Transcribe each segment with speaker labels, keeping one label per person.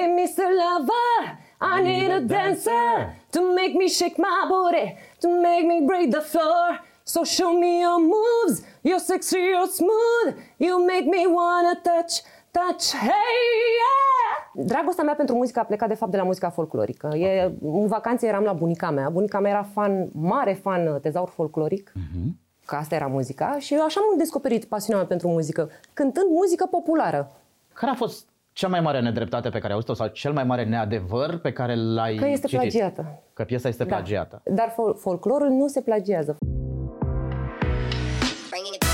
Speaker 1: gangster lover. I need a dancer to make me shake my body, to make me break the floor. So show me your moves, you're sexy, you're smooth, you make me wanna touch, touch, hey yeah! Dragostea mea pentru muzică a plecat de fapt de la muzica folclorică. E, în vacanțe eram la bunica mea. Bunica mea era fan, mare fan uh, tezaur folcloric. Că asta era muzica și eu așa am descoperit pasiunea mea pentru muzică, cântând muzică populară.
Speaker 2: Care a fost cea mai mare nedreptate pe care ai auzit-o sau cel mai mare neadevăr pe care l-ai
Speaker 1: Că este
Speaker 2: citit?
Speaker 1: plagiată. Da.
Speaker 2: Că piesa este plagiată.
Speaker 1: Dar fol- folclorul nu se plagiază.
Speaker 3: Bringing it. Bringing it.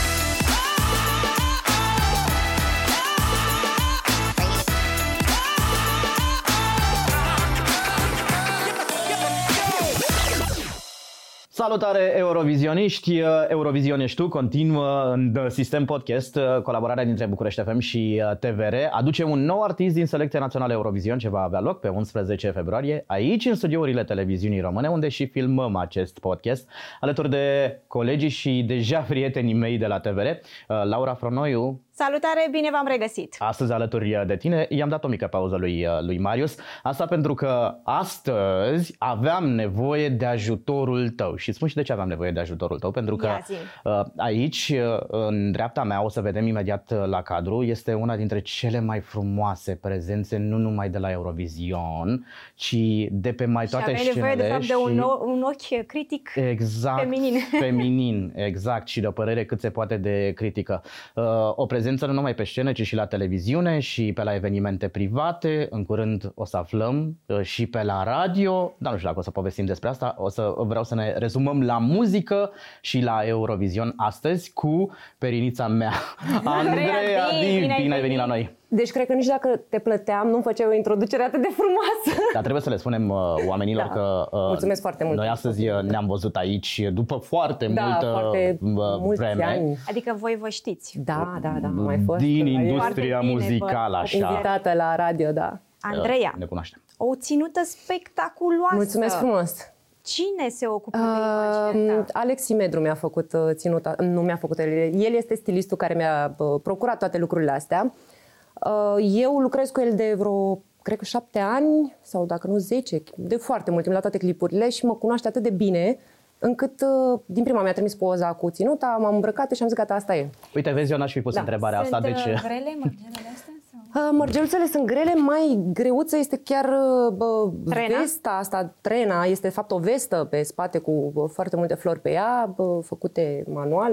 Speaker 2: Salutare eurovizioniști! Eurovision ești tu, continuă în sistem podcast, colaborarea dintre București FM și uh, TVR. Aduce un nou artist din selecția națională Eurovision ce va avea loc pe 11 februarie aici în studiourile televiziunii române unde și filmăm acest podcast alături de colegii și deja prietenii mei de la TVR. Uh, Laura Fronoiu,
Speaker 4: Salutare, bine v-am regăsit!
Speaker 2: astăzi alături uh, de tine. I-am dat o mică pauză lui, uh, lui Marius. Asta pentru că astăzi aveam nevoie de ajutorul tău. Și îți spun și de ce aveam nevoie de ajutorul tău. Pentru că
Speaker 4: Ia zi.
Speaker 2: uh, aici, uh, în dreapta mea, o să vedem imediat uh, la cadru, este una dintre cele mai frumoase prezențe, nu numai de la Eurovision, ci de pe mai toate
Speaker 4: și aveai nevoie de
Speaker 2: scenele
Speaker 4: fapt de un, o- un ochi critic.
Speaker 2: Exact.
Speaker 4: Feminin.
Speaker 2: Feminin, exact. Și de o părere cât se poate de critică. Uh, O prezență nu numai pe scenă, ci și la televiziune și pe la evenimente private. În curând o să aflăm uh, și pe la radio. Dar nu știu dacă o să povestim despre asta. O să vreau să ne rezumăm la muzică și la Eurovision astăzi cu perinița mea, Andreea
Speaker 4: Din,
Speaker 2: Din.
Speaker 4: bine ai
Speaker 2: Bine ai venit la
Speaker 4: venit.
Speaker 2: noi!
Speaker 1: Deci cred că nici dacă te plăteam, nu făceai o introducere atât de frumoasă.
Speaker 2: Dar trebuie să le spunem uh, oamenilor
Speaker 1: Da.
Speaker 2: că uh,
Speaker 1: Mulțumesc foarte mult.
Speaker 2: noi astăzi uh, ne-am văzut aici după foarte
Speaker 1: Da,
Speaker 2: multă
Speaker 1: foarte
Speaker 2: uh,
Speaker 1: mulți
Speaker 2: vreme.
Speaker 1: ani.
Speaker 4: Adică voi vă știți.
Speaker 1: Da, da, da, mai fost.
Speaker 2: Mm, din
Speaker 1: la-
Speaker 2: industria
Speaker 4: Foarte bine,
Speaker 2: muzicală,
Speaker 4: bă.
Speaker 2: așa.
Speaker 1: Invitată la radio, da.
Speaker 4: Andreea,
Speaker 2: Ne cunoaștem.
Speaker 4: o ținută spectaculoasă.
Speaker 1: Mulțumesc frumos.
Speaker 4: Cine se ocupă de imaginea
Speaker 1: Uh,
Speaker 4: ta?
Speaker 1: Alex Imedru mi-a făcut uh, ținuta, nu mi-a făcut el, el este stilistul care mi-a uh, procurat toate lucrurile astea. Uh, Eu lucrez cu el de vreo, cred că șapte ani sau dacă nu zece, de foarte mult timp la toate clipurile și mă cunoaște atât de bine încât uh, din prima mi-a trimis poza cu ținuta, m-am îmbrăcat și am zis gata, asta e.
Speaker 2: Uite, vezi, eu n-aș fi pus
Speaker 1: Da.
Speaker 2: întrebarea asta,
Speaker 4: Sunt
Speaker 2: deci...
Speaker 4: uh, vrele măgelele astea? Sau?
Speaker 1: Uh, Mărgeluțele sunt grele, mai greuță este chiar uh, bă,
Speaker 4: Trena?
Speaker 1: vesta asta, trena, este de fapt o vestă pe spate cu bă, foarte multe flori pe ea, bă, făcute manual.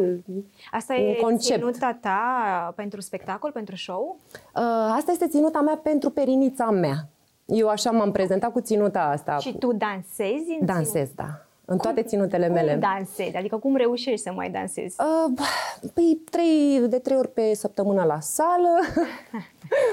Speaker 4: Asta
Speaker 1: Un
Speaker 4: e
Speaker 1: concept.
Speaker 4: ținuta ta pentru spectacol, pentru show?
Speaker 1: Uh, Asta este ținuta mea pentru perinița mea. Eu așa m-am prezentat cu ținuta asta.
Speaker 4: Și tu dansezi în
Speaker 1: Dansez, da. În toate ținutele
Speaker 4: ținută?
Speaker 1: mele.
Speaker 4: Cum dansezi? Adică cum reușești să mai dansezi?
Speaker 1: Uh, bă, Păi, trei, de trei ori pe săptămână la sală,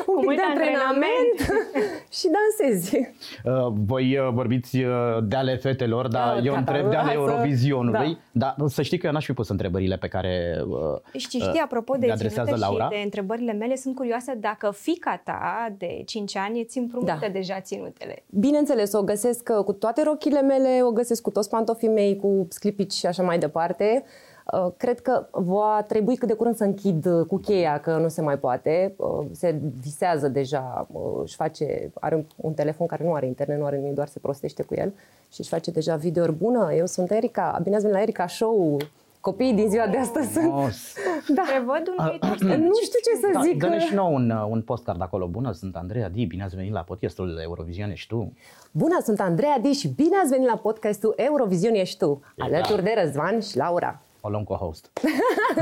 Speaker 1: un pic
Speaker 4: mult
Speaker 1: de antrenament și dansezi.
Speaker 2: Uh, Voi uh, vorbiți uh, de ale fetelor, dar
Speaker 1: Da,
Speaker 2: eu
Speaker 1: gata,
Speaker 2: întreb de ale
Speaker 1: hai să- da.
Speaker 2: Eurovizionului. Dar să știi că eu n-aș fi pus întrebările pe care uh,
Speaker 4: Știi,
Speaker 2: uh,
Speaker 4: știi, apropo de
Speaker 2: le adresează
Speaker 4: ținută
Speaker 2: Laura.
Speaker 4: și de întrebările mele, sunt curioasă dacă fica ta de 5 ani îți împrumută
Speaker 1: Da.
Speaker 4: da. deja ținutele.
Speaker 1: Bineînțeles, o găsesc uh, cu toate rochile mele, o găsesc cu toți pantofii mei, cu sclipici și așa mai departe. Uh, Cred că va trebui cât de curând să închid uh, cu cheia, că nu se mai poate. Uh, Se visează deja, uh, își face, are un- un telefon care nu are internet, nu are nimic, doar se prostește cu el și își face deja videouri bună. Eu sunt Erica, bine ați venit la Erica Show. Copiii din ziua de astăzi sunt...
Speaker 2: Frumos.
Speaker 1: Da.
Speaker 4: Prevăd un viitor
Speaker 1: Nu știu ce să
Speaker 2: Da,
Speaker 1: zic.
Speaker 2: Dă-ne și nouă un, uh, un postcard acolo. Bună, sunt Andreea Di, bine ați venit la podcastul Eurovision și tu.
Speaker 1: Bună, sunt Andreea Di și bine ați venit la podcastul Eurovision ești tu,
Speaker 2: Exact.
Speaker 1: alături de Răzvan și Laura.
Speaker 2: O luăm cu host.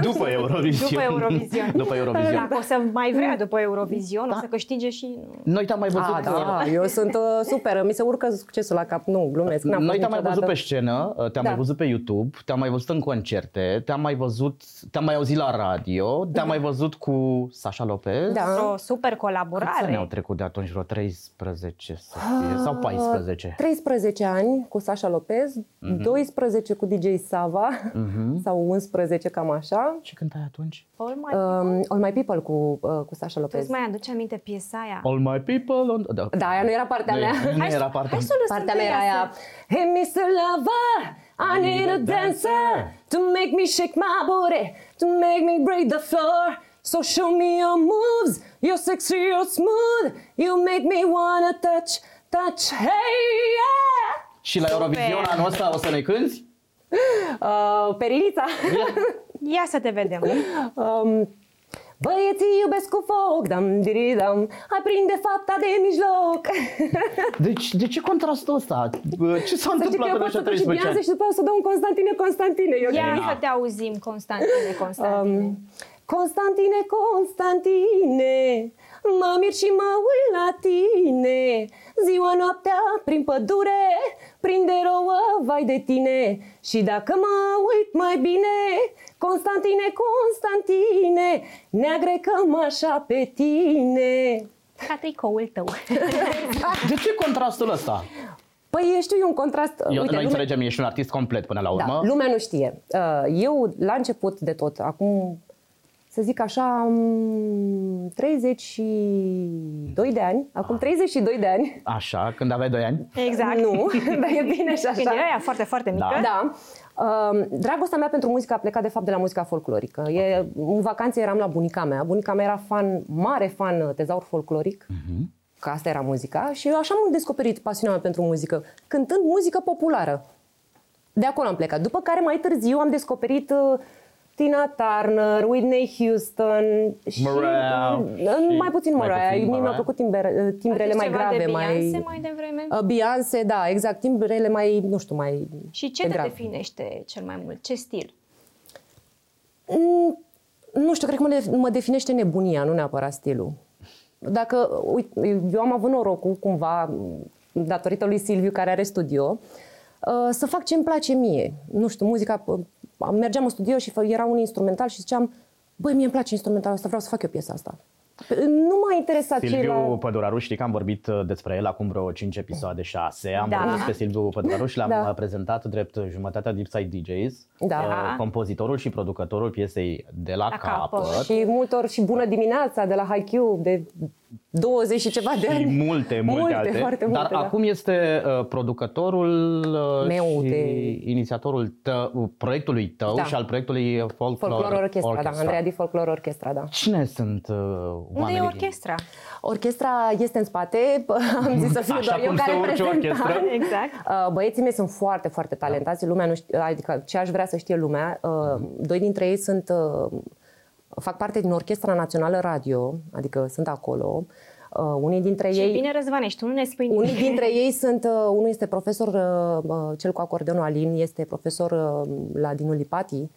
Speaker 2: După Eurovision.
Speaker 4: după Eurovision.
Speaker 2: După Eurovision.
Speaker 4: Dacă o să mai vrea după Eurovision, da. o să câștige și...
Speaker 2: Noi te-am mai văzut
Speaker 1: Ah,
Speaker 2: uh,
Speaker 1: da, eu sunt uh, super, mi se urcă succesul la cap, nu, glumesc, n-am
Speaker 2: Noi
Speaker 1: fost
Speaker 2: te-am mai văzut
Speaker 1: niciodată.
Speaker 2: pe scenă, uh, te-am
Speaker 1: Da.
Speaker 2: mai văzut pe YouTube, te-am mai văzut în concerte, te-am mai văzut, te-am mai auzit la radio, te-am mai văzut cu Sasha Lopez.
Speaker 1: Da.
Speaker 4: O super
Speaker 2: Câți ani au
Speaker 4: colaborare.
Speaker 2: trecut de atunci? Vreo 13 să
Speaker 1: Ah.
Speaker 2: fie, sau 14?
Speaker 1: 13 Uh, ani cu Sasha Lopez,
Speaker 2: Mhm.
Speaker 1: 12 cu DJ Sava sau 11 cam așa.
Speaker 2: Ce cântai atunci?
Speaker 4: All my...
Speaker 1: Um, All My People cu, uh, cu Sasha
Speaker 4: Tu
Speaker 1: Lopez.
Speaker 4: îți mai aduci aminte piesa aia?
Speaker 2: All my people on... Da,
Speaker 1: Da, aia nu era partea
Speaker 2: Nu
Speaker 1: mea.
Speaker 2: e- Nu
Speaker 4: Hai să-
Speaker 2: era partea
Speaker 4: hai să lăsăm
Speaker 1: Partea
Speaker 4: pe
Speaker 1: mea era
Speaker 4: ea
Speaker 1: aia
Speaker 4: să-
Speaker 1: Hey Mr. Lover, I need a dancer To make me shake my body To make me break the floor So show me your moves, you're sexy, you're smooth, you make me wanna touch, touch, hey, yeah!
Speaker 2: Și la Eurovision anul ăsta o să ne cânti?
Speaker 1: Uh, perilița!
Speaker 4: Ia să te vedem.
Speaker 1: Um, Băieții iubesc cu foc, dam diridam, hai prinde fapta de mijloc.
Speaker 2: Deci, de ce contrastul ăsta? Ce s-a
Speaker 1: Să știi că
Speaker 2: întâmplat
Speaker 1: Deci eu pot să duc
Speaker 2: în așa
Speaker 1: și
Speaker 2: 13
Speaker 1: Beyoncé
Speaker 2: ani?
Speaker 1: și după aia o să dau un Constantine, Constantine. Eu
Speaker 4: Ia
Speaker 1: cred.
Speaker 4: să te auzim, Constantine, Constantine.
Speaker 1: Um, Constantine, Constantine, mă mir și mă uit la tine. Ziua, noaptea, prin pădure, prinde rouă, vai de tine. Și dacă mă uit mai bine, Constantine, Constantine, ne agrecăm așa pe tine.
Speaker 4: Ca tricoul tău.
Speaker 2: De ce contrastul ăsta?
Speaker 1: Păi ești un contrast...
Speaker 2: Eu,
Speaker 1: uite,
Speaker 2: noi
Speaker 1: lumea-
Speaker 2: înțelegem, ești un artist complet până la urmă.
Speaker 1: Da, lumea nu știe. Uh, Eu, la început de tot, acum, să zic așa, am 32 de ani, acum 32 de ani,
Speaker 2: Așa, când aveai 2 ani.
Speaker 4: Exact.
Speaker 1: nu, dar e bine și
Speaker 4: Când
Speaker 1: așa.
Speaker 4: era ea foarte, foarte mică.
Speaker 2: Da.
Speaker 1: Da. Um, Dragostea mea pentru muzică a plecat de fapt de la muzica folclorică. E, în vacanțe eram la bunica mea. Bunica mea era fan, mare fan uh, tezaur folcloric.
Speaker 2: Mhm.
Speaker 1: Că asta era muzica și eu așa am descoperit pasiunea mea pentru muzică, cântând muzică populară. De acolo am plecat. După care mai târziu am descoperit uh, Tina Turner, Whitney Houston și
Speaker 2: Mariah.
Speaker 1: uh,
Speaker 2: Și
Speaker 1: mai puțin
Speaker 2: mai
Speaker 1: Mariah.
Speaker 2: puțin
Speaker 1: Mie mi-au
Speaker 2: Mariah.
Speaker 1: plăcut timbre, uh,
Speaker 4: Atunci
Speaker 1: timbrele mai
Speaker 4: ceva
Speaker 1: grave,
Speaker 4: de Beyoncé
Speaker 1: mai
Speaker 4: mai devreme.
Speaker 1: Uh, Beyoncé, da, exact, timbrele mai, nu știu, mai
Speaker 4: Și ce
Speaker 1: pe
Speaker 4: te
Speaker 1: grav.
Speaker 4: definește cel mai mult? Ce stil?
Speaker 1: Mm, Nu știu, cred că mă, def- mă definește nebunia, nu neapărat stilul. Dacă, uite, eu am avut norocul, cumva, datorită lui Silviu, care are studio, uh, să fac ce îmi place mie. Nu știu, muzica, uh, mergeam în studio și fă- era un instrumental și ziceam, băi, mie îmi place instrumentalul ăsta, vreau să fac eu piesa asta. Pe- Nu m-a interesat ce
Speaker 2: Silviu
Speaker 1: era...
Speaker 2: Păduraru, știi că am vorbit uh, despre el acum vreo 5 episoade, 6. Am
Speaker 4: Da.
Speaker 2: vorbit despre Silviu Păduraru și l-am
Speaker 1: Da.
Speaker 2: uh, prezentat drept jumătatea Deep Side DJs,
Speaker 1: Da.
Speaker 2: uh, compozitorul și producătorul piesei de la,
Speaker 4: La capăt.
Speaker 2: capăt.
Speaker 1: Și multor și bună dimineața de la Haikyuu de 20 și ceva de
Speaker 2: și
Speaker 1: ani.
Speaker 2: multe, multe,
Speaker 1: multe
Speaker 2: alte.
Speaker 1: Foarte
Speaker 2: Dar
Speaker 1: multe, da.
Speaker 2: acum este uh, producătorul uh,
Speaker 1: Meu
Speaker 2: și
Speaker 1: de-
Speaker 2: inițiatorul tău, proiectului tău
Speaker 1: Da.
Speaker 2: și al proiectului
Speaker 1: Folclor
Speaker 2: Folklore
Speaker 1: Orchestra, orchestra. da,
Speaker 2: Orchestra.
Speaker 1: Andreea di Folclor Orchestra, da.
Speaker 2: Cine sunt uh,
Speaker 4: Unde
Speaker 2: oamenii?
Speaker 4: e
Speaker 2: din-
Speaker 4: orchestra?
Speaker 1: Orchestra este în spate, am zis să fiu
Speaker 2: Așa
Speaker 1: doar eu
Speaker 2: cum se
Speaker 1: care
Speaker 2: urce o
Speaker 1: prezentam.
Speaker 2: orchestră. Da.
Speaker 4: Exact.
Speaker 1: Uh, Băieții mei sunt foarte, foarte talentați, lumea nu știe, adică ce aș vrea să știe lumea, uh, doi dintre ei sunt, uh, fac parte din Orchestra Națională Radio, adică sunt acolo, Uh, unii dintre
Speaker 4: Și
Speaker 1: ei...
Speaker 4: bine, Răzvane, și tu nu ne spui nimic.
Speaker 1: Unii dintre ei sunt, uh, unul este profesor, uh, uh, cel cu acordeonul Alin, este profesor uh, la Dinu Lipati,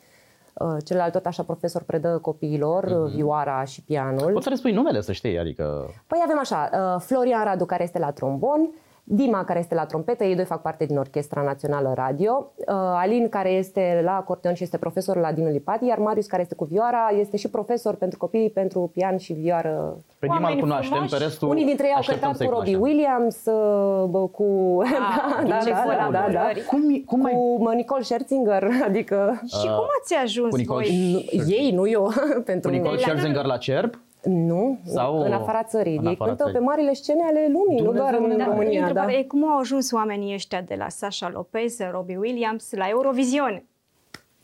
Speaker 1: uh, celălalt tot așa profesor predă copiilor, uh, vioara și pianul.
Speaker 2: Mhm. Poți să le spui numele, să știi, adică...
Speaker 1: Păi avem așa, uh, Florian Radu care este la trombon, Dima care este la trompetă, ei doi fac parte din Orchestra Națională Radio, uh, Alin care este la acordeon și este profesor la Dinu Lipati, iar Marius care este cu vioara este și profesor pentru copii, pentru pian și vioară.
Speaker 2: Pe Dima îl
Speaker 4: Oameni
Speaker 2: cunoaștem,
Speaker 4: frumoși.
Speaker 2: pe restul
Speaker 1: Unii dintre ei au
Speaker 2: așteptăm
Speaker 1: cântat
Speaker 2: să-i
Speaker 1: cu Robbie
Speaker 2: cunoaștem.
Speaker 1: Williams, uh, bă, cu...
Speaker 4: Ah,
Speaker 1: da,
Speaker 4: ce
Speaker 1: da, da, da, da.
Speaker 4: colaborări.
Speaker 2: Cum, cum mai...
Speaker 1: Cu mă, Nicole Scherzinger, adică...
Speaker 4: Și cum ați ajuns
Speaker 2: cu Nicol-
Speaker 4: voi?
Speaker 1: Nu, ei, nu eu, pentru
Speaker 2: Cu Nicol
Speaker 1: mine.
Speaker 2: Scherzinger la cerb?
Speaker 1: Nu,
Speaker 2: Sau-
Speaker 1: în afara țării.
Speaker 2: în
Speaker 1: Ei
Speaker 2: afara
Speaker 1: cântă
Speaker 2: țării.
Speaker 1: pe marile scene ale lumii, nu doar în
Speaker 2: Dumnezeule, da,
Speaker 1: România. Da.
Speaker 4: întrebare e cum au ajuns oamenii ăștia de la Sasha Lopez, Robbie Williams, la Eurovision?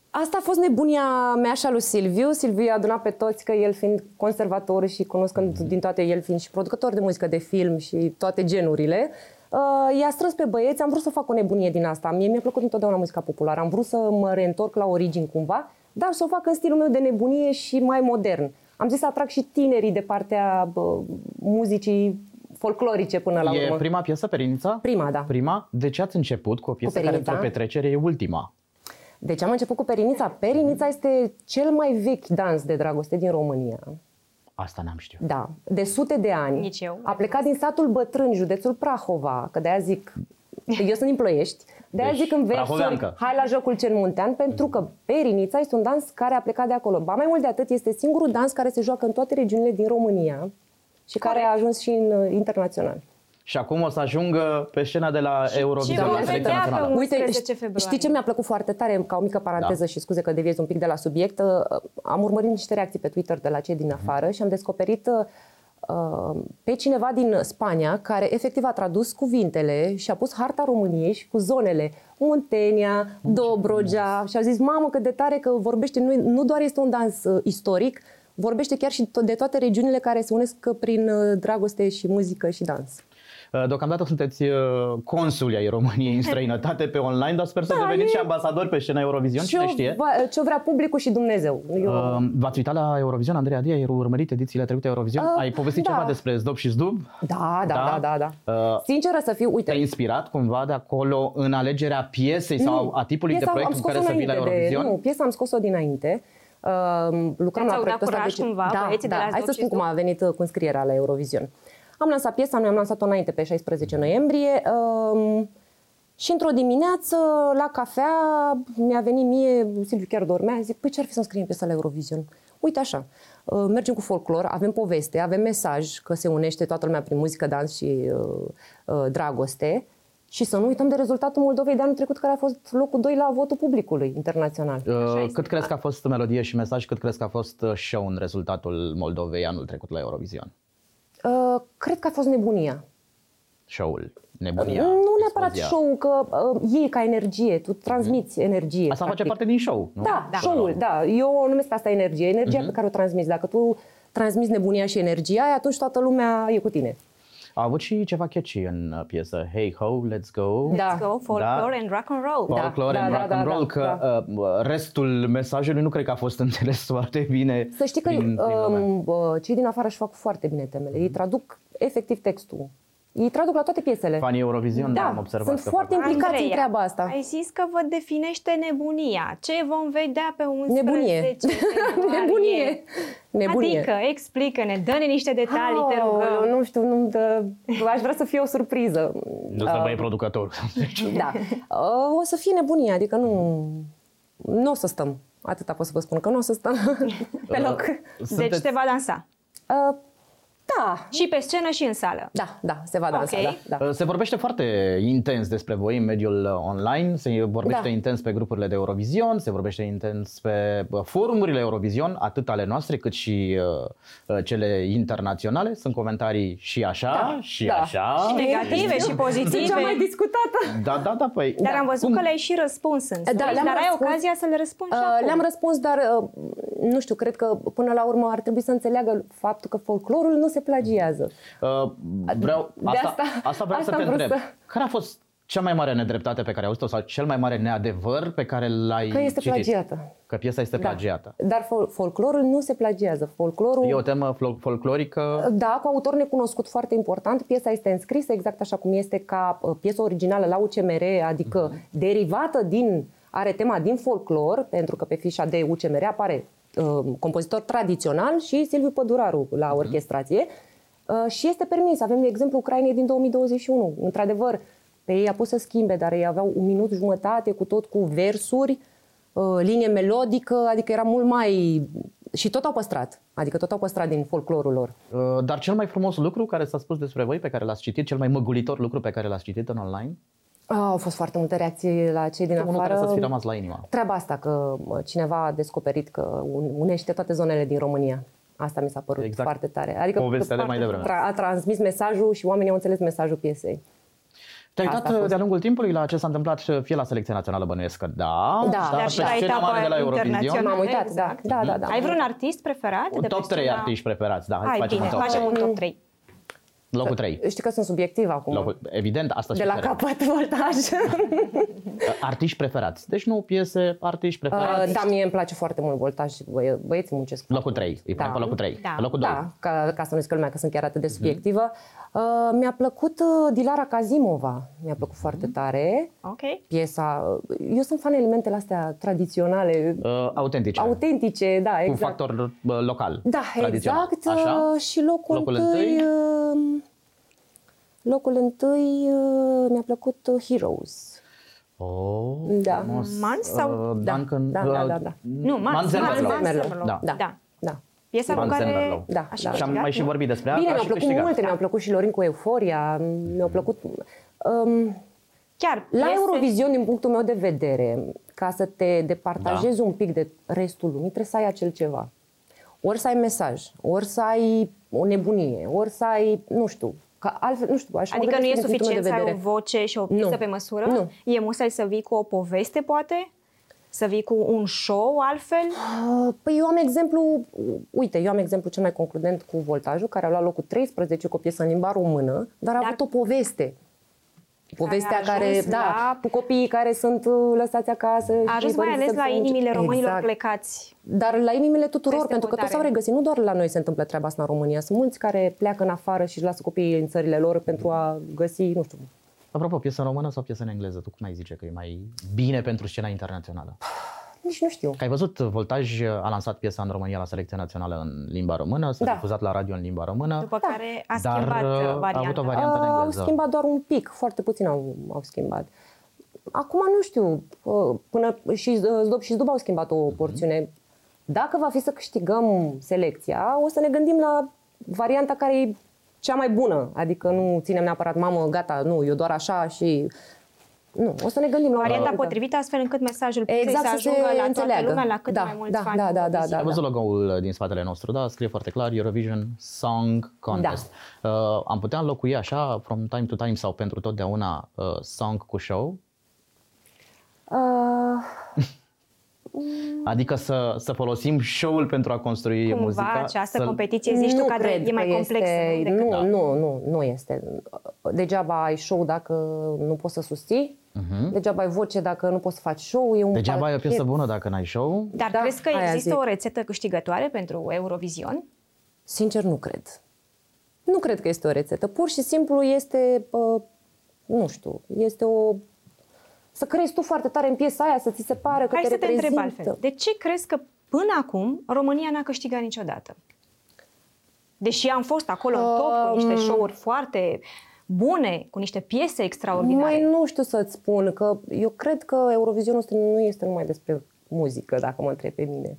Speaker 1: Asta a fost nebunia mea și a lui Silviu. Silviu i-a adunat pe toți, că el fiind conservator și cunoscând din toate, el fiind și producător de muzică, de film și toate genurile, uh, i-a strâns pe băieți, am vrut să fac o nebunie din asta. Mie mi-a plăcut întotdeauna muzica populară, am vrut să mă reîntorc la origini cumva, dar să o fac în stilul meu de nebunie și mai modern. Am zis să atrag și tinerii de partea bă, muzicii folclorice până la
Speaker 2: E
Speaker 1: urmă.
Speaker 2: prima piesă, Perinița?
Speaker 1: Prima, da.
Speaker 2: Prima? De ce ați început cu o piesă care
Speaker 1: Perinița?
Speaker 2: într-o petrecere e ultima?
Speaker 1: Deci am început cu Perinița. Perinița este cel mai vechi dans de dragoste din România.
Speaker 2: Asta n-am știut.
Speaker 1: Da, de sute de ani.
Speaker 4: Nici eu.
Speaker 1: A plecat din satul Bătrân, județul Prahova, că de-aia zic, eu sunt din Ploiești, de-aia
Speaker 2: Deci,
Speaker 1: zic în versuri,
Speaker 2: prahoveancă.
Speaker 1: hai la jocul cel muntean, pentru că Perinița este un dans care a plecat de acolo. Ba mai mult de atât, este singurul dans care se joacă în toate regiunile din România și care a ajuns și în uh, internațional.
Speaker 2: Și acum o să ajungă pe scena de la Eurovision.
Speaker 4: vom
Speaker 2: la selecția
Speaker 4: vedea pe
Speaker 2: națională.
Speaker 4: un- 11
Speaker 1: ști-
Speaker 4: februarie.
Speaker 1: Știi ce mi-a plăcut foarte tare, ca o mică paranteză
Speaker 2: Da.
Speaker 1: și scuze că deviez un pic de la subiect, uh, am urmărit niște reacții pe Twitter de la cei
Speaker 2: Mhm.
Speaker 1: din afară și am descoperit uh, pe cineva din Spania care efectiv a tradus cuvintele și a pus harta României și cu zonele Muntenia, Dobrogea și a zis, mamă cât de tare că vorbește, nu, nu doar este un dans uh, istoric, vorbește chiar și to- de toate regiunile care se unesc prin uh, dragoste și muzică și dans.
Speaker 2: Uh, Deocamdată sunteți uh, consuli ai României în străinătate pe online, dar sper să
Speaker 1: Da,
Speaker 2: deveniți
Speaker 1: e-
Speaker 2: și ambasadori pe scena Eurovision, cine știe.
Speaker 1: va, ce vrea publicul și Dumnezeu. Eu,
Speaker 2: Uh, V-ați uitat la Eurovision, Andreea Dia? Ai urmărit edițiile trecute Eurovision?
Speaker 1: Uh,
Speaker 2: Ai povestit
Speaker 1: da.
Speaker 2: ceva despre Zdob și Zdub?
Speaker 1: da, da, da, da, da.
Speaker 2: Uh,
Speaker 1: Sinceră să fiu, uite,
Speaker 2: Te-ai inspirat cumva de acolo în alegerea piesei sau a tipului de
Speaker 1: piesa
Speaker 2: proiect
Speaker 1: am
Speaker 2: cu
Speaker 1: scos-o
Speaker 2: care să vii la
Speaker 1: înainte
Speaker 2: Eurovision?
Speaker 1: De, nu, piesa am scos-o dinainte. Uh, lucram la
Speaker 4: Le-ați
Speaker 1: proiectul
Speaker 4: audat
Speaker 1: ăsta.
Speaker 4: curaj cumva,
Speaker 1: da,
Speaker 4: băieții de
Speaker 1: da.
Speaker 4: la
Speaker 1: Hai
Speaker 4: Zdob
Speaker 1: să
Speaker 4: și
Speaker 1: spun cum
Speaker 4: Zdob?
Speaker 1: a venit uh, cu înscrierea la Eurovision. Am lansat piesa, noi am lansat-o înainte, pe 16 noiembrie. Um, și într-o dimineață, la cafea, mi-a venit mie, Silviu chiar dormea, zic, păi ce-ar fi să înscriem piesa la Eurovision? Uite așa, uh, mergem cu folclor, avem poveste, avem mesaj că se unește toată lumea prin muzică, dans și uh, uh, dragoste. Și să nu uităm de rezultatul Moldovei de anul trecut, care a fost locul 2 la votul publicului internațional.
Speaker 4: Așa
Speaker 2: Uh,
Speaker 4: este.
Speaker 2: Cât crezi că a fost melodie și mesaj, cât crezi că a fost uh, show în rezultatul Moldovei anul trecut la Eurovision?
Speaker 1: Uh, cred că a fost nebunia.
Speaker 2: Show-ul, nebunia,
Speaker 1: nu neapărat
Speaker 2: explozia.
Speaker 1: show că uh, e ca energie, tu transmiți energie.
Speaker 2: Mhm. Asta face
Speaker 1: practic.
Speaker 2: parte Mhm. din show, nu?
Speaker 1: Da,
Speaker 4: Da.
Speaker 1: da. show-ul, da. Eu o numesc pe asta energie, energia pe care o transmiți. Dacă tu transmiți nebunia și energia aia, atunci toată lumea e cu tine.
Speaker 2: A avut și ceva catchy în uh, piesă. Hey ho, let's go.
Speaker 1: Da.
Speaker 4: Let's go, folklore and rock and roll.
Speaker 1: Da.
Speaker 2: Folklore and
Speaker 1: da,
Speaker 2: rock
Speaker 1: da,
Speaker 2: and roll,
Speaker 1: da,
Speaker 2: că
Speaker 1: da.
Speaker 2: uh, restul mesajului nu cred că a fost înțeles foarte bine.
Speaker 1: Să știi că
Speaker 2: prin, prin lume. Mhm.
Speaker 1: um, bă, cei din afară își fac foarte bine temele. Ei traduc efectiv textul. Ei traduc la toate piesele.
Speaker 2: Fanii Eurovision, da, am observat
Speaker 1: sunt
Speaker 2: că
Speaker 1: foarte
Speaker 2: fac-
Speaker 1: implicați în
Speaker 4: Andreea,
Speaker 1: treaba asta.
Speaker 4: Ai zis că vă definește nebunia. Ce vom vedea pe 11
Speaker 1: Nebunie.
Speaker 4: februarie?
Speaker 1: Nebunie. Nebunie.
Speaker 4: Adică, explică-ne, dă-ne niște detalii, te
Speaker 1: Aoleu,
Speaker 4: rugăm.
Speaker 1: Nu știu, nu dă... aș vrea să fie o surpriză.
Speaker 2: Nu
Speaker 1: Uh,
Speaker 2: să vă e producătorul.
Speaker 1: Da. Uh, O să fie nebunie, adică nu... Nu o să stăm. Atâta pot să vă spun, că nu o să stăm pe
Speaker 2: Da.
Speaker 1: loc.
Speaker 2: uh,
Speaker 4: Deci te va dansa.
Speaker 1: Uh, Da,
Speaker 4: Și pe scenă și în sală.
Speaker 1: da, da, se va dansa,
Speaker 4: Ok.
Speaker 1: da, da.
Speaker 2: Uh, Se vorbește foarte intens despre voi în mediul uh, online, se vorbește
Speaker 1: Da.
Speaker 2: intens pe grupurile de Eurovision, se vorbește intens pe uh, forumurile Eurovision, atât ale noastre cât și uh, uh, cele internaționale. Sunt comentarii și așa,
Speaker 1: Da,
Speaker 2: și
Speaker 1: da.
Speaker 2: așa.
Speaker 4: Și negative și
Speaker 1: Sunt cea mai
Speaker 4: pozitive.
Speaker 1: discutată.
Speaker 2: Da, da, da, păi.
Speaker 4: Dar am văzut
Speaker 2: Cum?
Speaker 4: că le-ai și răspuns însă.
Speaker 1: Da,
Speaker 4: Dar
Speaker 1: le-am
Speaker 4: ai
Speaker 1: răspuns.
Speaker 4: ocazia să le răspunzi și
Speaker 1: Uh,
Speaker 4: acum.
Speaker 1: Le-am răspuns, dar uh, nu știu, cred că până la urmă ar trebui să înțeleagă faptul că folclorul nu se plagiază.
Speaker 2: Uh, vreau,
Speaker 1: De
Speaker 2: asta, asta,
Speaker 1: asta-
Speaker 2: asta vreau
Speaker 1: asta
Speaker 2: să te
Speaker 1: am vrut
Speaker 2: întreb.
Speaker 1: să-
Speaker 2: Care a fost cea mai mare nedreptate pe care ai auzit-o sau cel mai mare neadevăr pe care l-ai
Speaker 1: Că este
Speaker 2: citit?
Speaker 1: plagiată.
Speaker 2: Că piesa este plagiată.
Speaker 1: Da. Dar fol- folclorul nu se plagiază. Folclorul...
Speaker 2: E o temă fol- folclorică.
Speaker 1: Da, cu autor necunoscut foarte important. Piesa este înscrisă exact așa cum este ca uh, piesă originală la UCMR, adică derivată din, are tema din folclor, pentru că pe fișa de UCMR apare uh, compozitor tradițional și Silviu Păduraru la orchestrație. Uh, și este permis. Avem exemplu Ucrainei din 2021. Într-adevăr, pe ei a pus să schimbe, dar ei aveau un minut jumătate cu tot cu versuri, uh, linie melodică, adică era mult mai... Și tot au păstrat. Adică tot au păstrat din folclorul lor.
Speaker 2: Uh, Dar cel mai frumos lucru care s-a spus despre voi, pe care l-ați citit, cel mai măgulitor lucru pe care l-ați citit în online,
Speaker 1: Ah, Au fost foarte multe reacții la cei din
Speaker 2: unul care
Speaker 1: afară.
Speaker 2: să-ți fi rămas la inimă.
Speaker 1: Treaba asta că mă, cineva a descoperit că un- unește toate zonele din România. Asta mi s-a părut
Speaker 2: Exact.
Speaker 1: exact. foarte tare. Adică
Speaker 2: Povestea de
Speaker 1: foarte-
Speaker 2: mai devreme.
Speaker 1: Tra- a transmis mesajul și oamenii au înțeles mesajul piesei.
Speaker 2: Te-ai
Speaker 1: Asta a
Speaker 2: uitat uh,
Speaker 1: fost.
Speaker 2: de-a lungul timpului la ce s-a întâmplat fie la selecția națională bănuiesc că da,
Speaker 1: Da,
Speaker 2: dar
Speaker 1: dar
Speaker 2: pe
Speaker 1: și la
Speaker 2: scena
Speaker 4: etapa
Speaker 2: mare de la Eurovision.
Speaker 4: internațională.
Speaker 1: M-am uitat,
Speaker 4: exact.
Speaker 1: da,
Speaker 2: Mhm.
Speaker 1: da, da, da.
Speaker 4: Ai vreun artist preferat? de pe
Speaker 2: Top 3
Speaker 4: scena?
Speaker 2: artiști preferați, da, hai
Speaker 4: Hai,
Speaker 2: să facem
Speaker 4: bine,
Speaker 2: un top
Speaker 4: facem
Speaker 2: 3.
Speaker 4: un top 3.
Speaker 2: Locul 3.
Speaker 1: Știi că sunt subiectiv acum.
Speaker 2: Locul, evident, asta
Speaker 1: de
Speaker 2: și
Speaker 1: la
Speaker 2: care-
Speaker 1: capăt voltaj.
Speaker 2: Artiști preferați. Deci nu piese, artiști preferați.
Speaker 1: Uh, da, mie îmi place foarte mult voltaj. Băie, băieții muncesc.
Speaker 2: Locul 3. Îi punem
Speaker 1: Da.
Speaker 2: pe locul 3.
Speaker 4: Da.
Speaker 2: Pe locul 2.
Speaker 1: Da, ca, ca să nu zică lumea că sunt chiar atât
Speaker 2: Mhm.
Speaker 1: de subiectivă. Uh, mi-a plăcut uh, Dilara Kazimova. Mi-a plăcut foarte
Speaker 2: Mhm.
Speaker 1: tare.
Speaker 4: Ok.
Speaker 1: piesa. Eu sunt fan elementele astea tradiționale,
Speaker 2: Uh, autentice.
Speaker 1: autentice, da,
Speaker 2: Cu
Speaker 1: exact.
Speaker 2: factor uh, local.
Speaker 1: da,
Speaker 2: tradițional.
Speaker 1: exact.
Speaker 2: Așa?
Speaker 1: uh, Și locul,
Speaker 2: Locul
Speaker 1: întâi,
Speaker 2: întâi?
Speaker 1: uh, locul întâi uh, mi-a plăcut uh, Heroes.
Speaker 2: Oh,
Speaker 1: Da.
Speaker 4: Mans sau-
Speaker 2: Uh,
Speaker 1: Da,
Speaker 2: Duncan,
Speaker 1: da, da, da,
Speaker 2: uh,
Speaker 1: da.
Speaker 4: Nu, Max,
Speaker 2: Manzel
Speaker 4: Max,
Speaker 2: Merlo.
Speaker 4: Max Merlo.
Speaker 2: Da.
Speaker 1: Da.
Speaker 4: Da.
Speaker 1: da.
Speaker 4: Piesa cu
Speaker 2: Max
Speaker 4: care
Speaker 2: Merlo.
Speaker 1: Da,
Speaker 4: aș
Speaker 1: da.
Speaker 2: Și am
Speaker 4: câștigat,
Speaker 2: mai și
Speaker 4: nu?
Speaker 2: vorbit despre asta
Speaker 1: Bine,
Speaker 2: Da, și
Speaker 1: mi-au plăcut
Speaker 2: câștigat.
Speaker 1: multe, mi-au plăcut și Lorin cu Euforia, mi-au plăcut... Um,
Speaker 4: Chiar
Speaker 1: La
Speaker 4: piese-
Speaker 1: Eurovision, din punctul meu de vedere, ca să te departajezi
Speaker 4: Da.
Speaker 1: un pic de restul lumii, trebuie să ai acel ceva. Ori să ai mesaj, ori să ai o nebunie, ori să ai, nu știu, că altfel, nu știu, așa
Speaker 4: Adică nu e suficient să ai o voce și o piesă
Speaker 1: Nu.
Speaker 4: pe măsură?
Speaker 1: Nu.
Speaker 4: E musai să vii cu o poveste, poate? Să vii cu un show altfel?
Speaker 1: Uh, Păi eu am exemplu, uite, eu am exemplu cel mai concludent cu Voltajul, care a luat locul 13 cu o piesă în limba română, dar a
Speaker 4: Dar-
Speaker 1: avut o poveste. Povestea
Speaker 4: a
Speaker 1: care,
Speaker 4: ajuns
Speaker 1: da,
Speaker 4: la-
Speaker 1: cu copiii care sunt uh, lăsați acasă.
Speaker 4: A ajuns
Speaker 1: și părinții
Speaker 4: mai ales
Speaker 1: sunt
Speaker 4: la
Speaker 1: săraci.
Speaker 4: inimile românilor
Speaker 1: Exact.
Speaker 4: plecați.
Speaker 1: Dar la inimile tuturor,
Speaker 4: Peste
Speaker 1: pentru că toți
Speaker 4: hotare.
Speaker 1: s-au regăsit. Nu doar la noi se întâmplă treaba asta în România. Sunt mulți care pleacă în afară și își lasă copiii în țările lor pentru a găsi, nu știu,
Speaker 2: Apropo, piesă în română sau piesă în engleză? Tu cum ai zice că e mai bine pentru scena internațională?
Speaker 1: nici nu știu.
Speaker 2: Că ai văzut, Voltaj a lansat piesa în România la selecția națională în limba română, s-a
Speaker 1: Da.
Speaker 2: difuzat la radio în limba română.
Speaker 4: După care a
Speaker 2: Dar,
Speaker 4: schimbat
Speaker 2: uh, a
Speaker 4: uh,
Speaker 2: avut
Speaker 4: varianta.
Speaker 2: o variantă. în
Speaker 1: Au
Speaker 2: engleză.
Speaker 1: schimbat doar un pic, foarte puțin au, au schimbat. Acum nu știu, uh, până și uh, Zdob și Zdub au schimbat o porțiune. Dacă va fi să câștigăm selecția, o să ne gândim la varianta care e cea mai bună. Adică nu ținem neapărat, mamă, gata, nu, eu doar așa și... Nu, o să ne gândim la o
Speaker 4: Varianta
Speaker 1: variantă.
Speaker 4: potrivită astfel încât mesajul piesei
Speaker 1: Da. Exact,
Speaker 4: să
Speaker 1: să se
Speaker 4: ajungă la toată
Speaker 1: înțeleagă.
Speaker 4: lumea, la cât
Speaker 1: Da,
Speaker 4: mai mulți
Speaker 1: da,
Speaker 4: fani.
Speaker 1: da, da, da,
Speaker 4: posibil.
Speaker 1: da.
Speaker 2: Ai văzut logo-ul din spatele nostru, da, scrie foarte clar Eurovision Song Contest. Da. Uh, am putea înlocui așa, from time to time sau pentru totdeauna, uh, song cu show?
Speaker 1: Uh,
Speaker 2: Adică să, să folosim show-ul pentru a construi
Speaker 4: Cumva
Speaker 2: muzica?
Speaker 4: această
Speaker 2: să-l-
Speaker 4: competiție, zici tu, că de- e mai
Speaker 1: că
Speaker 4: complexă
Speaker 1: este-
Speaker 4: nu? decât
Speaker 1: nu,
Speaker 2: Da.
Speaker 1: nu, nu, nu este. Degeaba ai show dacă nu poți să susții, degeaba ai voce dacă nu poți să faci show. E un
Speaker 2: Mhm. Degeaba e o
Speaker 1: pachet.
Speaker 2: piesă bună dacă n-ai show?
Speaker 4: Dar
Speaker 1: Da,
Speaker 4: crezi că
Speaker 1: aia
Speaker 4: există
Speaker 1: zic.
Speaker 4: o rețetă câștigătoare pentru Eurovision?
Speaker 1: Sincer, nu cred. Nu cred că este o rețetă. Pur și simplu este, uh, nu știu, este o... Să crezi tu foarte tare în piesa aia, să ți se pare că
Speaker 4: Hai
Speaker 1: te
Speaker 4: să te
Speaker 1: reprezintă.
Speaker 4: întreb altfel. De ce crezi că până acum România n-a câștigat niciodată? Deși am fost acolo în top cu
Speaker 1: Um,
Speaker 4: niște show-uri foarte bune, cu niște piese extraordinare.
Speaker 1: Mai nu știu să-ți spun, că eu cred că Eurovizionul ăsta nu este numai despre muzică, dacă mă întreb pe mine.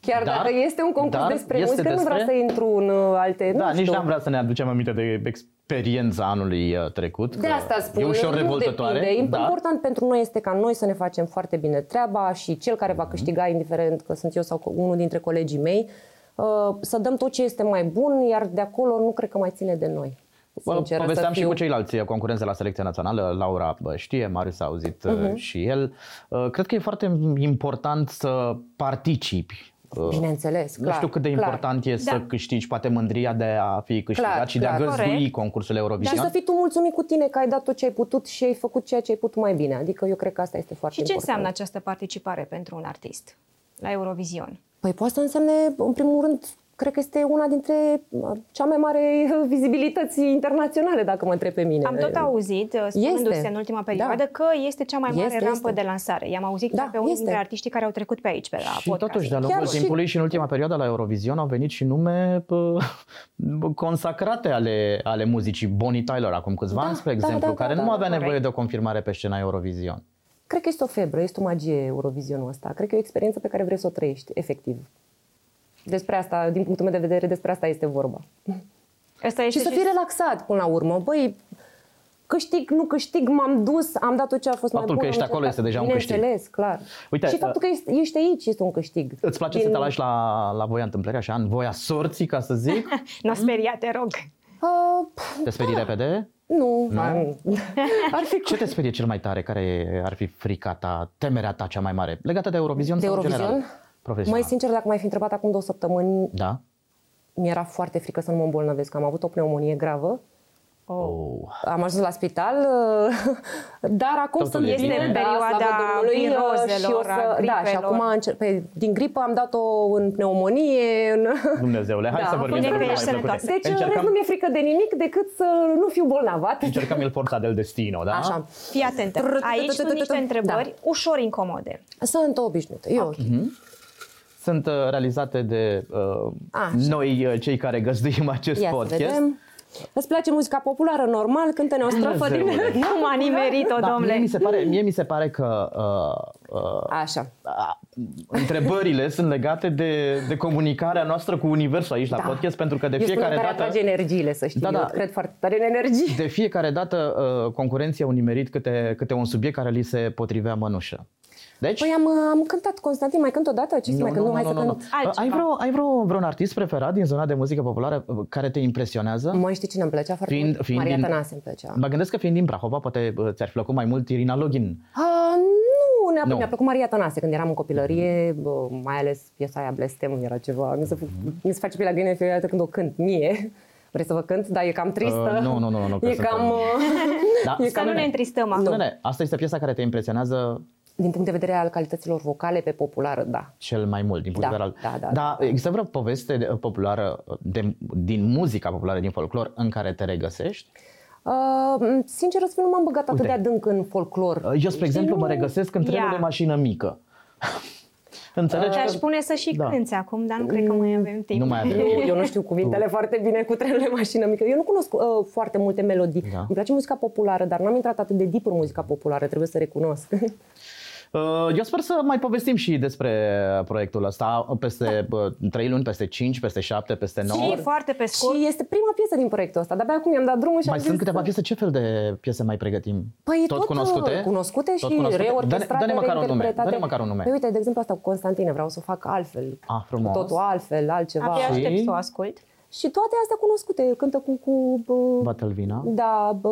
Speaker 1: Chiar
Speaker 2: Dar-
Speaker 1: dacă este un concurs
Speaker 2: dar
Speaker 1: despre
Speaker 2: este
Speaker 1: muzică, nu
Speaker 2: despre-
Speaker 1: vreau să intru în uh, alte...
Speaker 2: Da,
Speaker 1: nu
Speaker 2: nici
Speaker 1: știu.
Speaker 2: n-am vrea să ne aducem aminte de experiența anului uh, trecut.
Speaker 1: De
Speaker 2: că
Speaker 1: asta spun.
Speaker 2: E ușor
Speaker 1: nu
Speaker 2: revoltătoare. Da.
Speaker 1: Depinde.
Speaker 2: dar-
Speaker 1: Important pentru noi este ca noi să ne facem foarte bine treaba și cel care
Speaker 2: Mhm.
Speaker 1: va câștiga, indiferent că sunt eu sau că unul dintre colegii mei, uh, să dăm tot ce este mai bun, iar de acolo nu cred că mai ține de noi.
Speaker 2: Bă,
Speaker 1: Sinceră să
Speaker 2: Povesteam și
Speaker 1: fiu.
Speaker 2: cu ceilalți concurenți de la selecția națională, Laura bă, știe, Marius a auzit uh-huh. și el. Uh, Cred că e foarte important să participi. Uh,
Speaker 1: Bineînțeles, clar.
Speaker 2: nu știu cât de
Speaker 1: clar.
Speaker 2: important e să
Speaker 4: Da.
Speaker 2: câștigi, poate mândria de a fi câștigat
Speaker 1: Clar,
Speaker 2: și de a
Speaker 1: clar.
Speaker 2: găzdui
Speaker 4: Corect.
Speaker 2: concursul
Speaker 1: Dar
Speaker 2: Eurovision.
Speaker 1: să fii tu mulțumit cu tine că ai dat tot ce ai putut și ai făcut ceea ce ai putut mai bine. Adică eu cred că asta este foarte
Speaker 4: Și ce
Speaker 1: important.
Speaker 4: înseamnă această participare pentru un artist la Eurovision?
Speaker 1: Păi poate să însemne, în primul rând, cred că este una dintre uh, cea mai mare uh, vizibilități internaționale, dacă mă întreb pe mine.
Speaker 4: Am tot auzit, uh, spunându-se
Speaker 1: Este.
Speaker 4: în ultima
Speaker 1: Da.
Speaker 4: perioadă, că este cea mai mare
Speaker 1: Este,
Speaker 4: rampă
Speaker 1: este.
Speaker 4: de lansare. I-am auzit
Speaker 1: Da,
Speaker 4: chiar pe unii
Speaker 1: este.
Speaker 4: dintre artiștii care au trecut pe aici, pe la
Speaker 2: și
Speaker 4: podcast.
Speaker 2: totuși, de-a lungul
Speaker 1: Chiar și-
Speaker 2: timpului și în ultima perioadă la Eurovision au venit și nume bă, bă, consacrate ale, ale muzicii. Bonnie Tyler acum câțiva
Speaker 1: Da,
Speaker 2: ani, spre
Speaker 1: da,
Speaker 2: exemplu,
Speaker 1: da, da,
Speaker 2: care
Speaker 1: da,
Speaker 2: nu
Speaker 1: da,
Speaker 2: avea
Speaker 4: corect.
Speaker 2: nevoie de o confirmare pe scena Eurovision.
Speaker 1: Cred că este o febră, este o magie Eurovizionul ăsta. Cred că e o experiență pe care vrei să o trăiești, efectiv. Despre asta, din punctul meu de vedere, despre asta este vorba.
Speaker 4: Asta
Speaker 1: Și
Speaker 4: este
Speaker 1: să fii relaxat până la urmă. Băi, câștig, nu câștig, m-am dus, am dat tot ce a fost
Speaker 2: Faptul
Speaker 1: mai bun.
Speaker 2: că ești
Speaker 1: am
Speaker 2: acolo
Speaker 1: încercat.
Speaker 2: este deja un câștig.
Speaker 1: Bineînțeles, clar.
Speaker 2: Uite,
Speaker 1: și faptul că ești, ești aici este un câștig.
Speaker 2: Îți place
Speaker 1: Din-
Speaker 2: să te lași la, la voia întâmplării, așa, în voia sorții, ca să zic?
Speaker 4: Nu speria, te rog.
Speaker 1: Uh, pf,
Speaker 2: Te sperii repede?
Speaker 1: nu. Am- Ar fi
Speaker 2: Ce te sperie cel mai tare? Care ar fi frica ta, temerea ta cea mai mare? Legată de Eurovision
Speaker 1: De
Speaker 2: sau
Speaker 1: Eurovision?
Speaker 2: general? Profesional.
Speaker 1: Mai sincer, dacă m-ai fi întrebat acum două săptămâni,
Speaker 2: Da?
Speaker 1: mi-era foarte frică să nu mă îmbolnăvesc. Am avut o pneumonie gravă,
Speaker 4: Oh.
Speaker 2: Oh.
Speaker 1: am ajuns la spital, dar acum
Speaker 2: Totul
Speaker 1: sunt
Speaker 2: e bine.
Speaker 1: bine,
Speaker 2: Este
Speaker 4: perioada
Speaker 1: slavă Domnului, uh, și o
Speaker 4: virozelor, a
Speaker 1: să, Da, și
Speaker 4: gripelor.
Speaker 1: acum încerc, pe, din gripă am dat-o în pneumonie, în...
Speaker 2: Dumnezeule, hai
Speaker 1: Da,
Speaker 2: să vorbim
Speaker 4: bine
Speaker 2: despre lucruri
Speaker 4: că ești
Speaker 2: mai plăcute.
Speaker 4: sănătoasă.
Speaker 1: Deci în rest nu
Speaker 2: încercăm,
Speaker 1: mi-e frică de nimic decât să nu fiu bolnavă.
Speaker 2: încercăm il forța del destino, da?
Speaker 1: Așa.
Speaker 4: Fii atentă. Aici sunt niște întrebări ușor incomode.
Speaker 1: Sunt obișnuită. Eu,
Speaker 2: Mhm. Sunt uh, realizate de uh,
Speaker 1: Ah, Așa.
Speaker 2: noi, uh, cei care găzduim acest
Speaker 1: ia să
Speaker 2: podcast.
Speaker 1: vedem. Îți place muzica populară, normal, cântă-ne o strofă din...
Speaker 2: Dumnezeule.
Speaker 4: Nu m-a nimerit-o,
Speaker 2: Da, mie, mi
Speaker 4: domnule.
Speaker 2: se pare, mie mi se pare că uh, uh,
Speaker 1: Așa.
Speaker 2: A, întrebările sunt legate de, de comunicarea noastră cu universul
Speaker 1: Da.
Speaker 2: aici la podcast, pentru că de
Speaker 1: Eu spun
Speaker 2: fiecare
Speaker 1: care
Speaker 2: dată...
Speaker 1: atrage energiile, să știi.
Speaker 2: Da, da.
Speaker 1: Eu cred foarte tare în energie.
Speaker 2: De fiecare dată uh, concurenții au nimerit câte, câte un subiect care li se potrivea mănușă. Deci,
Speaker 1: Păi am, am cântat, Constantin, mai cânt o dată? Ce să mai cânt? Nu, hai să cânt.
Speaker 4: Altceva.
Speaker 2: Ai, vreo, ai vreo, vreun artist preferat din zona de muzică populară uh, care te impresionează?
Speaker 1: Mai știi cine îmi plăcea foarte
Speaker 2: Fiind-
Speaker 1: mult?
Speaker 2: fiind
Speaker 1: Maria
Speaker 2: din- Da.
Speaker 1: Tănase îmi plăcea.
Speaker 2: Mă gândesc că fiind din Brahova, poate uh, ți-ar fi plăcut mai mult Irina Login.
Speaker 1: A, Ah, nu mi-a,
Speaker 2: Nu. Mm-hmm.
Speaker 1: mi-a plăcut Maria Tănase când eram în copilărie, bă, mai ales piesa aia Blestem era ceva. Mi se,
Speaker 2: Mm-hmm.
Speaker 1: mi se face pielea găină de fiecare dată când o cânt mie. Vreți să vă cânt? Dar e cam tristă.
Speaker 2: Uh, nu, nu, nu, nu, că
Speaker 1: E
Speaker 2: suntem-
Speaker 1: cam... uh,
Speaker 2: Da,
Speaker 4: Să nu ne întristăm acum.
Speaker 2: Nu, nu, asta este piesa care te impresionează
Speaker 1: Din punct de vedere al calităților vocale pe populară, da.
Speaker 2: cel mai mult din punct
Speaker 1: Da,
Speaker 2: de vedere al...
Speaker 1: da, da,
Speaker 2: Dar există vreo poveste de- populară de, din muzica populară, din folclor, în care te regăsești?
Speaker 1: Uh, sincer, să fiu, nu m-am băgat atât
Speaker 2: Uite. Uh,
Speaker 1: de adânc în folclor.
Speaker 2: Eu, spre exemplu, mă regăsesc în trenul
Speaker 4: Ia.
Speaker 2: de mașină mică. Înțelegi?
Speaker 4: Te-aș
Speaker 2: că-
Speaker 4: spune să și
Speaker 2: Da.
Speaker 4: cânți acum, dar nu cred că mai avem timp.
Speaker 2: Nu mai avem.
Speaker 1: Eu, eu nu știu cuvintele foarte bine cu trenul de mașină mică. Eu nu cunosc uh, foarte multe melodii.
Speaker 2: Da.
Speaker 1: Îmi place muzica populară, dar n-am intrat atât de deep în muzica populară, trebuie să recunosc.
Speaker 2: Uh, Eu sper să mai povestim și despre proiectul ăsta uh, peste 3 luni, peste 5, peste 7, peste 9.
Speaker 4: Și foarte pe scurt.
Speaker 1: Și este prima piesă din proiectul ăsta. De-abia acum i-am dat drumul și
Speaker 2: Mai
Speaker 1: am
Speaker 2: sunt
Speaker 1: zis
Speaker 2: câteva
Speaker 1: să-
Speaker 2: piese, ce fel de piese mai pregătim?
Speaker 1: Păi
Speaker 2: tot,
Speaker 1: tot, uh,
Speaker 2: cunoscute?
Speaker 1: cunoscute și
Speaker 2: cunoscute?
Speaker 1: reorchestrate,
Speaker 2: Dă-ne, dă măcar un nume.
Speaker 1: reinterpretate.
Speaker 2: Dă-ne măcar un nume.
Speaker 1: Păi uite, de exemplu asta cu Constantine, vreau să o fac altfel.
Speaker 2: Ah, frumos.
Speaker 1: Totul altfel, altceva.
Speaker 4: Abia
Speaker 2: Și-
Speaker 4: aștept să o ascult.
Speaker 1: Și toate astea cunoscute. Cântă cu... cu bă,
Speaker 2: Batalvina.
Speaker 1: Da, bă,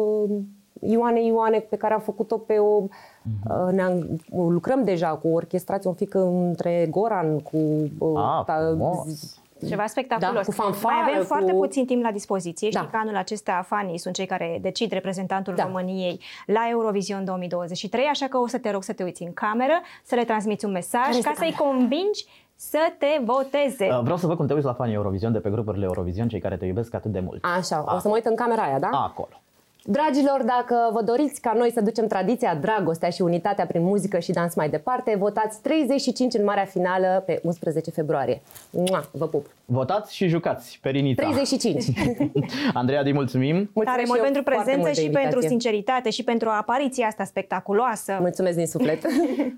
Speaker 1: Ioane Ioane, pe care am făcut-o pe o...
Speaker 2: Mhm.
Speaker 1: uh, Ne-am, lucrăm deja cu orchestrație, un fic între Goran cu... bă,
Speaker 2: Ah,
Speaker 1: ta-
Speaker 2: frumos.
Speaker 4: Ceva spectaculos.
Speaker 1: Da, cu fanfară,
Speaker 4: Mai avem
Speaker 1: cu-
Speaker 4: foarte puțin timp la dispoziție.
Speaker 1: Da.
Speaker 4: Știi că anul acesta fanii sunt cei care decid reprezentantul
Speaker 1: Da.
Speaker 4: României la Eurovision 2023, așa că o să te rog să te uiți în cameră, să le transmiți un mesaj
Speaker 1: Care este
Speaker 4: ca să-i convingi să te voteze.
Speaker 2: Uh, Vreau să văd cum te uiți la fanii Eurovision de pe grupurile Eurovision, cei care te iubesc atât de mult.
Speaker 1: Așa, o să mă uit în camera aia, da?
Speaker 2: Acolo.
Speaker 1: Dragilor, dacă vă doriți ca noi să ducem tradiția, dragostea și unitatea prin muzică și dans mai departe, votați 35 în marea finală pe 11 februarie. Mua, vă pup!
Speaker 2: Votați și jucați pe Rinita.
Speaker 1: 35!
Speaker 2: Andreea, îi mulțumim.
Speaker 4: Tare
Speaker 1: Mulțumesc și
Speaker 4: mult
Speaker 1: eu
Speaker 4: pentru
Speaker 1: foarte
Speaker 4: prezență
Speaker 1: mult de
Speaker 4: și pentru
Speaker 1: invitație.
Speaker 4: sinceritate și pentru apariția asta spectaculoasă.
Speaker 1: Mulțumesc din suflet!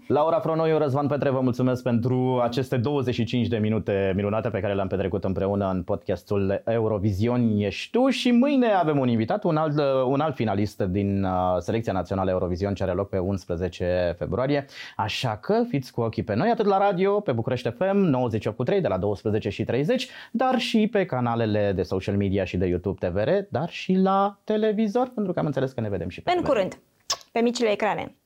Speaker 2: Laura Fronoiu, Răzvan Petre, vă mulțumesc pentru aceste 25 de minute minunate pe care le-am petrecut împreună în podcastul Eurovision Ești Tu și mâine avem un invitat, un alt, un alt finalist din uh, Selecția Națională Eurovision ce are loc pe 11 februarie, așa că fiți cu ochii pe noi atât la radio, pe București FM 98.3 de la 12 și 30, dar și pe canalele de social media și de YouTube TVR, dar și la televizor, pentru că am înțeles că ne vedem și pe
Speaker 4: În
Speaker 2: televizor.
Speaker 4: curând, pe micile ecrane.